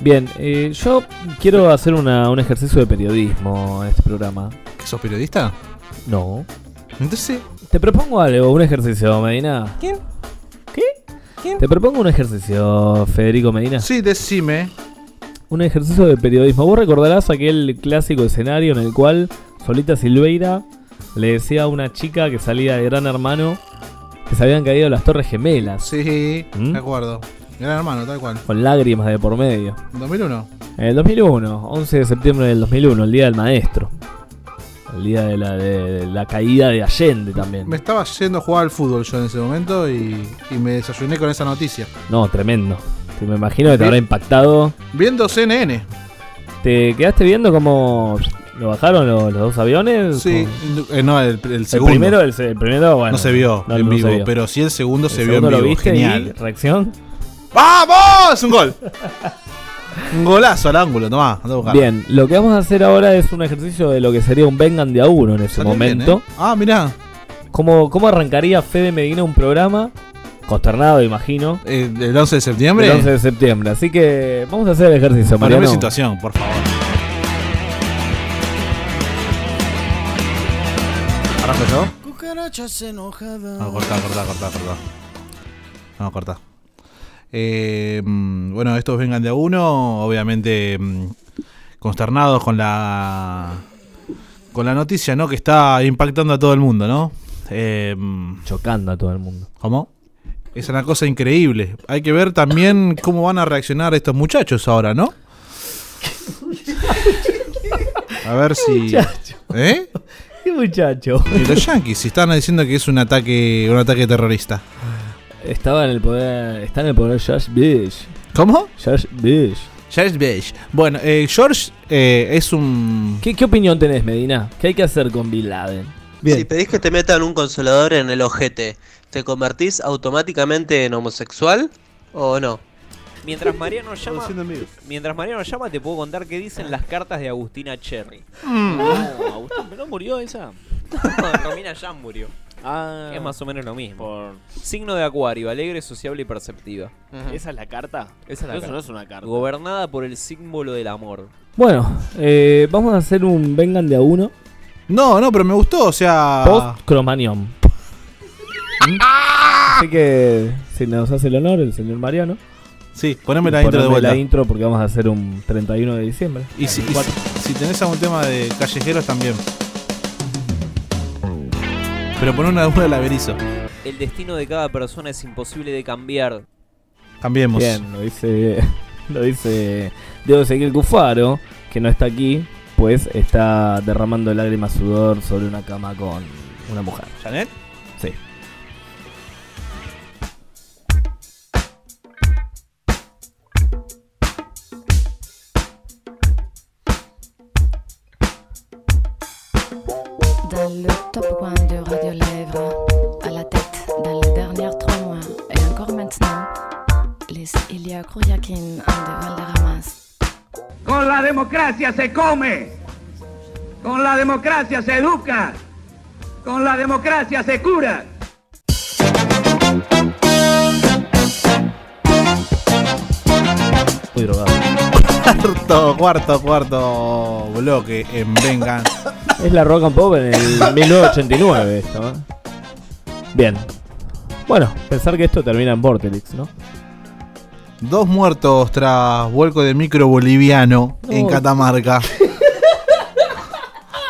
S6: Bien, eh, yo quiero hacer una- un ejercicio de periodismo en este programa.
S7: ¿Sos periodista?
S6: No.
S7: Entonces...
S6: Te propongo algo, un ejercicio, Medina.
S7: ¿Quién? ¿Quién?
S6: Te propongo un ejercicio, Federico Medina.
S7: Sí, decime.
S6: Un ejercicio de periodismo. Vos recordarás aquel clásico escenario en el cual Solita Silveira le decía a una chica que salía de Gran Hermano que se habían caído las Torres Gemelas.
S7: Sí,
S10: Mm.
S7: de acuerdo. Gran hermano, tal cual.
S6: Con lágrimas de por medio.
S7: 2001.
S6: En el 2001, 11 de septiembre del 2001, el Día del Maestro. El día de la, de- de la caída de Allende también.
S7: Me estaba yendo a jugar al fútbol yo en ese momento y, y me desayuné con esa noticia.
S6: No, tremendo. Te- me imagino que te habrá impactado.
S7: Viendo CNN.
S6: ¿Te quedaste viendo cómo lo bajaron lo- los, dos aviones?
S7: Sí,
S6: ¿O-
S7: eh, no, el, el segundo.
S6: primero, el, se- el primero, bueno.
S7: No se vio en vivo, pero sí el segundo se vio en
S6: segundo lo
S7: vivo,
S6: viste
S7: genial.
S6: y reacción.
S7: ¡Vamos! Un gol. Un golazo al ángulo, tomá. andá a buscar.
S6: Bien, lo que vamos a hacer ahora es un ejercicio de lo que sería un vengan de a uno en ese
S7: Salió bien,
S6: momento.
S7: ¿eh? Ah, mirá.
S6: ¿Cómo, ¿Cómo arrancaría Fede Medina un programa? Consternado, imagino.
S7: Eh, ¿El 11 de septiembre?
S6: El 11 de septiembre. Así que vamos a hacer el ejercicio,
S7: Poneme
S6: Mariano.
S7: situación, por favor. ¿Arranco yo?
S5: Cucarachas enojadas.
S7: No, cortá, cortá, cortá, cortá. No, cortá. Eh, mm, bueno, estos vengan de a uno, obviamente mm, consternados con la con la noticia, ¿no? Que está impactando a todo el mundo, ¿no? Eh, mm,
S6: Chocando a todo el mundo.
S7: ¿Cómo? Es una cosa increíble. Hay que ver también cómo van a reaccionar estos muchachos ahora, ¿no? A ver si.
S6: Muchacho.
S7: ¿Eh?
S6: ¿Qué muchacho?
S7: Y los yankees, si están diciendo que es un ataque, un ataque terrorista.
S6: Estaba en el poder. Está en el poder Josh Bish.
S7: ¿Cómo?
S6: Josh Bish.
S7: George Beige. Bueno, eh, George eh, es un.
S6: ¿Qué, qué opinión tenés, Medina? ¿Qué hay que hacer con Bin Laden?
S9: Si pedís que te metan un consolador en el ojete, ¿te convertís automáticamente en homosexual o no?
S23: Mientras Mariano llama,
S9: Produciendo
S23: mientras Mariano llama, te puedo contar qué dicen las cartas de Agustina Cherry.
S19: Mm.
S23: No, Agustín, ¿pero ¿no murió esa? No, Romina Yan murió. Que Es más o menos lo mismo. Signo de Acuario, alegre, sociable y perceptiva.
S10: ¿Esa es la carta?
S23: Esa es la
S10: Eso
S23: carta.
S10: no es una carta.
S23: Gobernada por el símbolo del amor.
S6: Bueno, eh, vamos a hacer un vengan de a uno.
S7: No, no, pero me gustó, o sea.
S6: Post Cromanión.
S7: Ah.
S6: Así que si nos hace el honor el señor Mariano.
S7: Sí, poneme la intro de
S6: Poneme
S7: vuelta.
S6: la intro porque vamos a hacer un 31 de diciembre.
S7: Y si, y si- si tenés algún tema de callejeros también. Pero pon una duda al averizo.
S23: El destino de cada persona es imposible de cambiar.
S7: Cambiemos.
S6: Bien, lo dice, lo dice Diego Ezequiel Cufaro, que no está aquí, pues está derramando lágrimas sudor sobre una cama con una mujer.
S7: ¿Janet?
S6: Sí.
S8: Dans le top one de Radio Lèvres, à la tête dans les dernières trois mois et encore maintenant, les Ilya Krouyakin de Valderramas.
S11: Con la democracia se come, con la democracia se educa, con la democracia se cura.
S6: Muy drogado.
S7: Cuarto, cuarto, cuarto bloque en Vengan.
S6: Es la rock and pop en el 1989 esto, ¿eh? Bien. Bueno, pensar que esto termina en Vortelix, ¿no?
S7: Dos muertos tras vuelco de micro boliviano en
S6: No.
S7: Catamarca.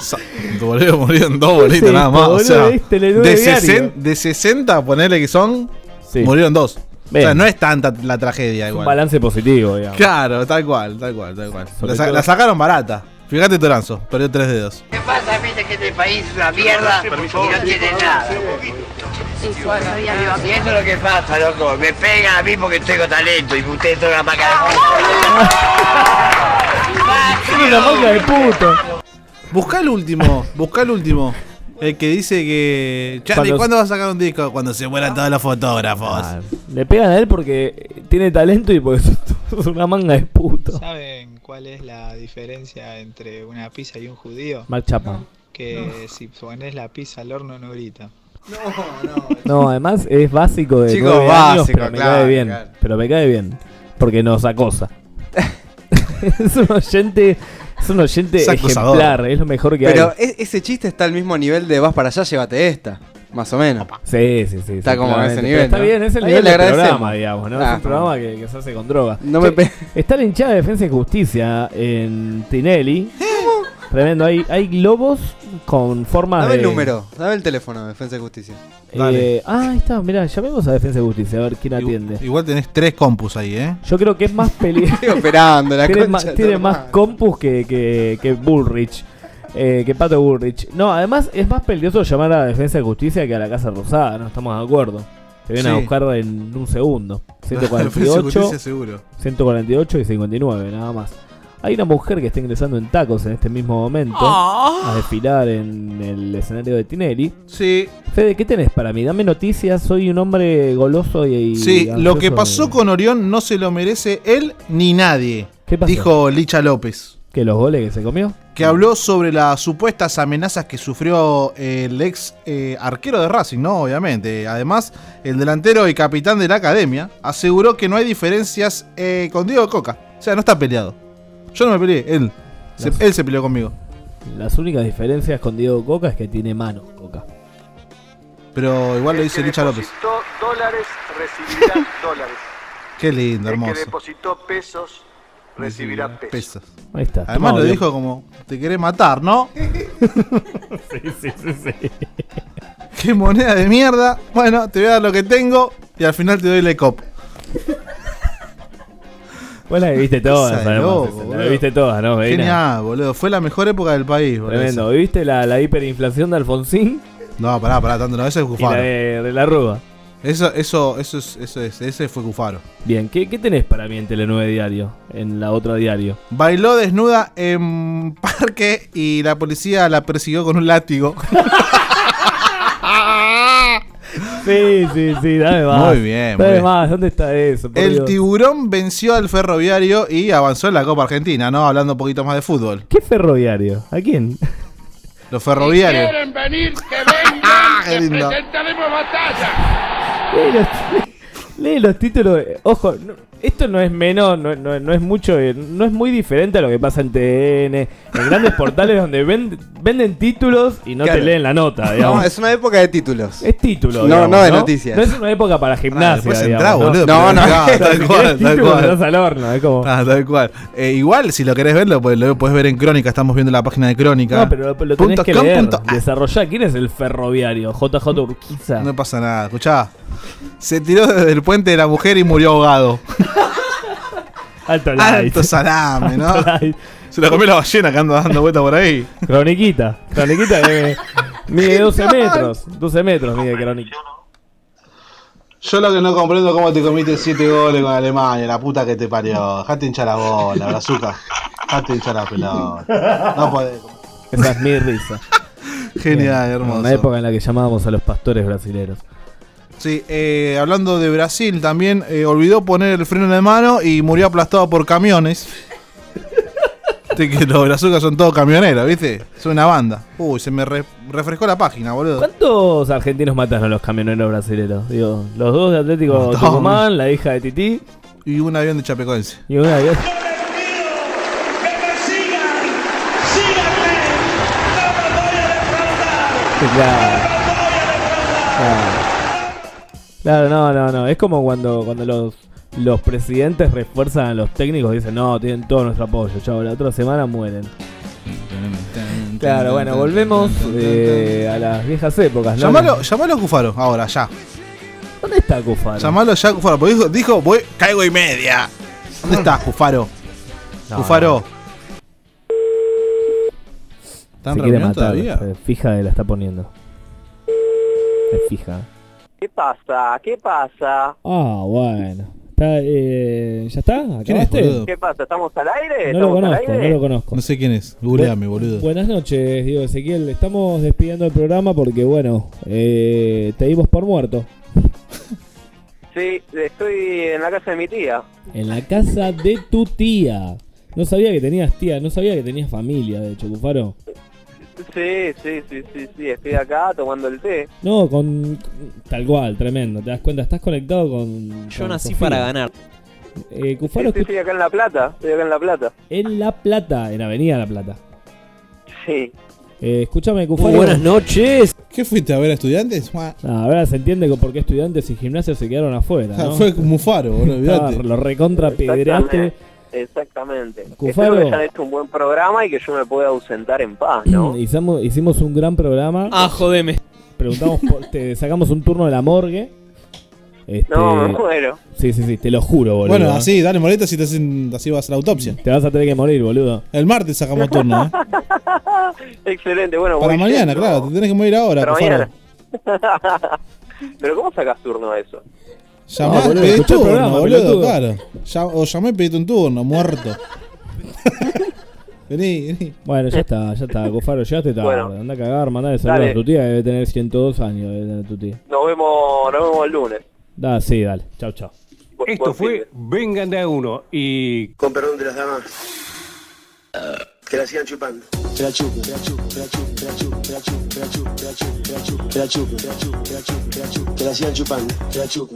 S7: Sa- Boludo, murieron dos bolitas
S6: Sí,
S7: nada más. O
S6: boludo,
S7: sea,
S6: viste, le duele
S7: de,
S6: diario.
S7: 60, de 60, ponele que son, murieron dos. O sea,
S6: Bien.
S7: no es tanta la tragedia
S6: Un
S7: igual.
S6: balance positivo, digamos.
S7: Claro, tal cual, tal cual, tal cual.
S6: Sobre
S7: La, sa-
S6: todo-
S7: la sacaron barata. Fíjate Toranzo, perdió tres dedos.
S11: ¿Qué pasa? Viste que este país es una mierda y no tiene nada.
S25: Eso es lo que pasa, loco. Me pegan a mí porque tengo talento y ustedes son una maca
S7: Tiene una manga de puto. Busca el último, busca el último. El que dice que. Charlie,
S6: Cuando-
S7: ¿cuándo vas a sacar un disco? Cuando se mueran todos los fotógrafos.
S6: Ah, Le pegan a él porque tiene talento y porque es una manga de puto.
S12: ¿Saben cuál es la diferencia entre una pizza y un judío?
S6: Mark Chapman.
S12: Que si pones la pizza al horno no grita.
S6: No, además es básico de
S12: Chico,
S6: nueve años,
S12: básico,
S6: pero me
S12: claro,
S6: cae bien.
S12: claro.
S6: Pero me cae bien. Porque nos acosa. es un oyente. Es un oyente
S10: Es acosador.
S6: ejemplar. Es lo mejor que
S10: Pero
S6: hay.
S10: e- ese chiste está al mismo nivel de vas para allá, llévate esta. Más o menos.
S6: Sí, sí, sí.
S10: Está
S6: sí,
S10: como a
S6: claramente.
S10: ese
S6: Pero
S10: nivel.
S6: Está
S10: ¿no?
S6: bien, es el
S10: Ahí
S6: nivel
S10: le
S6: del
S10: agradecemos.
S6: programa, digamos, ¿no?
S10: Ah,
S6: es un programa que, que se hace con droga.
S10: No me
S6: Che, está la hinchada de defensa y justicia en Tinelli. Tremendo. Hay, hay globos con formas
S10: Dame
S6: de.
S10: el número, dame el teléfono de Defensa y Justicia.
S6: Eh, ah, ahí está, mirá, llamemos a Defensa y Justicia a ver quién atiende.
S7: Igual tenés tres compus ahí, ¿eh?
S6: Yo creo que es más peligroso.
S10: Estoy operando la
S6: tiene
S10: concha
S6: más,
S10: de tu
S6: tiene
S10: hermana.
S6: más compus que, que, que Bullrich. eh, que Pato Bullrich. No, además es más peligroso llamar a Defensa y Justicia que a la Casa Rosada, no estamos de acuerdo. Te vienen a
S7: Sí.
S6: buscar en un segundo.
S7: Defensa y
S6: 148,
S7: Justicia seguro.
S6: 148 y 59, nada más. Hay una mujer que está ingresando en tacos en este mismo momento a desfilar en el escenario de Tinelli.
S7: Sí.
S6: Fede, ¿qué tenés para mí? Dame noticias, soy un hombre goloso y... y
S7: Sí, lo que
S6: ansioso.
S7: pasó con Orión no se lo merece él ni nadie. Dijo Licha López.
S6: ¿Que los goles que se comió?
S7: Que habló sobre las supuestas amenazas que sufrió el ex eh, arquero de Racing, ¿no? Obviamente. Además, el delantero y capitán de la academia aseguró que no hay diferencias eh, con Diego Coca. O sea, no está peleado. Yo no me peleé, él. Se-
S6: Las-
S7: él se peleó conmigo.
S6: Las únicas diferencias con Diego Coca es que tiene mano, Coca.
S7: Pero igual lo dice Licha López.
S13: dólares recibirá dólares.
S7: Qué lindo,
S13: El que
S7: hermoso.
S13: depositó pesos recibirá pesos.
S7: Pesos.
S6: Ahí está.
S7: Además
S6: Tomá,
S7: lo
S6: Orión.
S7: dijo como, te querés matar, ¿no?
S6: Sí, sí, sí, sí.
S7: Qué moneda de mierda. Bueno, te voy a dar lo que tengo y al final te doy la ECOP.
S6: Vos la viviste todas,
S7: Esa de
S6: además,
S7: loco,
S6: esa, la
S7: boludo.
S6: viviste todas, ¿no? Medina?
S7: Genial, boludo. Fue la mejor época del país, boludo.
S6: Tremendo. ¿Viste la, la hiperinflación de Alfonsín?
S7: No, pará, pará, tanto no. Ese es
S6: Y la
S7: Cufaro.
S6: de, de la Rúa.
S7: Eso, eso, eso es, eso es, ese fue Cufaro.
S6: Bien, ¿qué, qué tenés para mí en Tele9 Diario? En la otra diario.
S7: Bailó desnuda en parque y la policía la persiguió con un látigo.
S6: Sí, sí, sí, dame más.
S7: Muy bien, muy
S6: Dame
S7: bien.
S6: más, ¿dónde está eso? Por
S7: El
S6: Dios.
S7: tiburón venció al ferroviario y avanzó en la Copa Argentina, ¿no? Hablando un poquito más de fútbol.
S6: ¿Qué ferroviario? ¿A quién?
S7: Los ferroviarios. Ah,
S13: quieren venir, que vengan,
S7: Qué
S13: que
S7: lindo.
S13: presentaremos batalla.
S6: Lee los, lee los títulos. de- Ojo, no- esto no es menos, no, no- no es mucho, eh, no es muy diferente a lo que pasa en TN, en grandes portales donde vend- venden títulos y no te
S10: Claro.
S6: leen la nota, Ah, digamos.
S10: No, es una época de títulos.
S6: Es título,
S10: No,
S6: digamos,
S10: no de noticias.
S6: No es una época para gimnasia.
S7: después
S6: digamos,
S7: entrá,
S6: ¿no? No,
S7: boludo, pero
S6: no, no.
S7: entrá, tal
S6: Si
S7: cual,
S6: querés
S7: tal
S6: título,
S7: cual.
S6: entrás al horno, es como-
S7: Ah, tal cual. Eh, igual, si lo querés ver, lo, podés- lo podés ver en Crónica. Estamos viendo la página de Crónica.
S6: No, pero lo, lo tenés
S7: Punto
S6: que
S7: com,
S6: leer.
S7: punto-
S6: Desarrollar. ¿Quién es el ferroviario? JJ Urquiza.
S7: No pasa nada, escuchá. Se tiró desde el puente de la mujer y murió ahogado.
S6: Alto light.
S7: Alto salame, ¿no?
S6: Alto light.
S7: Se la comió la ballena que anda dando vueltas por ahí.
S6: Croniquita. Croniquita que mide 12 metros. 12 metros mide Croniquita.
S7: Yo lo que no comprendo cómo te comiste 7 goles con Alemania, la puta que te parió. Dejate hinchar la bola, brazuca. Dejate hinchar la pelota. No podés.
S6: Esa es mi risa.
S7: Genial,
S6: Bien.
S7: hermoso.
S6: Una época en la que llamábamos a los pastores brasileros.
S7: Sí, eh, hablando de Brasil también, eh, olvidó poner el freno de mano y murió aplastado por camiones. Viste que los brazucas son todos camioneros, ¿viste? Son una banda. Uy, se me re- refrescó la página, boludo.
S6: ¿Cuántos argentinos mataron los camioneros brasileros? Digo, los dos de Atlético
S7: Montón.
S6: Tucumán, la hija de Tití.
S7: Y un avión de Chapecoense.
S6: Y una de Claro. Claro, no, no, no. Es como cuando, cuando los, los presidentes refuerzan a los técnicos y dicen, no, tienen todo nuestro apoyo, chavo, la otra semana mueren. Claro, bueno, volvemos eh, a las viejas épocas, ¿no?
S7: Llamalo, llamalo a Cufaro, ahora, ya.
S6: ¿Dónde está Cufaro?
S7: Llamalo ya a Cufaro, porque dijo, dijo voy, caigo y media. ¿Dónde está Cufaro?
S6: No,
S7: Cufaro.
S6: Se quiere matar. eh, Fija de la está poniendo. Es fija.
S14: ¿Qué pasa? ¿Qué pasa?
S6: Ah, bueno. Está, eh, ¿Ya está?
S7: ¿Quién es,
S6: ¿Acabaste?
S7: boludo?
S14: ¿Qué pasa? ¿Estamos al aire?
S6: No lo
S14: Eh, ¿Estamos al
S6: conozco,
S14: aire?
S6: no lo conozco.
S7: No sé quién es. Googleame, boludo.
S6: Buenas noches, Diego Ezequiel. Estamos despidiendo el programa porque, bueno, eh, te dimos por muerto.
S14: Sí, estoy en la casa de mi tía.
S6: En la casa de tu tía. No sabía que tenías tía, no sabía que tenías familia, de hecho, Cufaro.
S14: Sí, sí, sí, sí, sí, estoy acá tomando el té.
S6: No, con. Tal cual, tremendo. Te das cuenta, estás conectado con.
S14: Yo
S6: con
S14: nací
S6: Sofía.
S14: para
S23: ganar.
S6: Eh,
S14: Sí,
S6: Cufaro,
S14: sí, estoy acá en La Plata, estoy acá en La Plata.
S6: en La Plata, en Avenida La Plata.
S14: Sí.
S6: Eh, escúchame, Cufaro.
S7: noches. ¿Qué fuiste a ver a estudiantes? Mua.
S6: Ah, ahora se entiende que por qué estudiantes y gimnasios se quedaron afuera. ¿no?
S7: Ah, Fue como un faro, boludo. olvidate.
S6: Estaba- lo recontra pedreaste.
S14: Exactamente. Exactamente.
S6: Cufaro.
S14: Espero que hayan hecho un buen programa y que yo me pueda ausentar en paz, ¿no?
S6: Hicimos, hicimos un gran programa.
S23: Ah, jodeme.
S6: Preguntamos por- te sacamos un turno de la morgue. Este,
S14: No, me muero.
S6: Sí, sí, sí, te lo juro, boludo.
S7: Bueno, así, dale moleta si te hacen, así vas a la autopsia.
S6: Te vas a tener que morir, boludo.
S7: El martes sacamos turno, ¿eh?
S14: Excelente, bueno.
S7: Para
S14: voy
S7: mañana,
S14: yendo.
S7: claro, te tenés que morir ahora.
S14: Para
S7: por favor.
S14: mañana. Pero ¿cómo sacas turno a eso?
S7: Llamá,
S14: No, boludo,
S7: pedí
S14: escuchá el
S7: turno,
S14: programa,
S7: boludo,
S14: pelotudo.
S7: claro. Ya- o llamé y pediste un turno, muerto. vení, vení.
S6: Bueno, ya está, ya está, Cufaro, llegaste tarde.
S14: Eh. Bueno.
S6: Anda a cagar, mandale saludos
S14: Dale.
S6: a tu tía, que debe tener 102 años, debe tener tu tía.
S14: Nos vemos, nos vemos el lunes.
S6: Da, sí, dale. Chau, chau.
S24: Esto fue Vengan de a uno y.
S27: Con perdón de las damas. Que la sigan chupando. Que la chupen, que la chupen, que la chupen, que la chupen, que la chupen, que la chupen, que la chupen, que la chupen, que la chupen, que la chupen, que la chupen, que la sigan chupando. Que la chupen.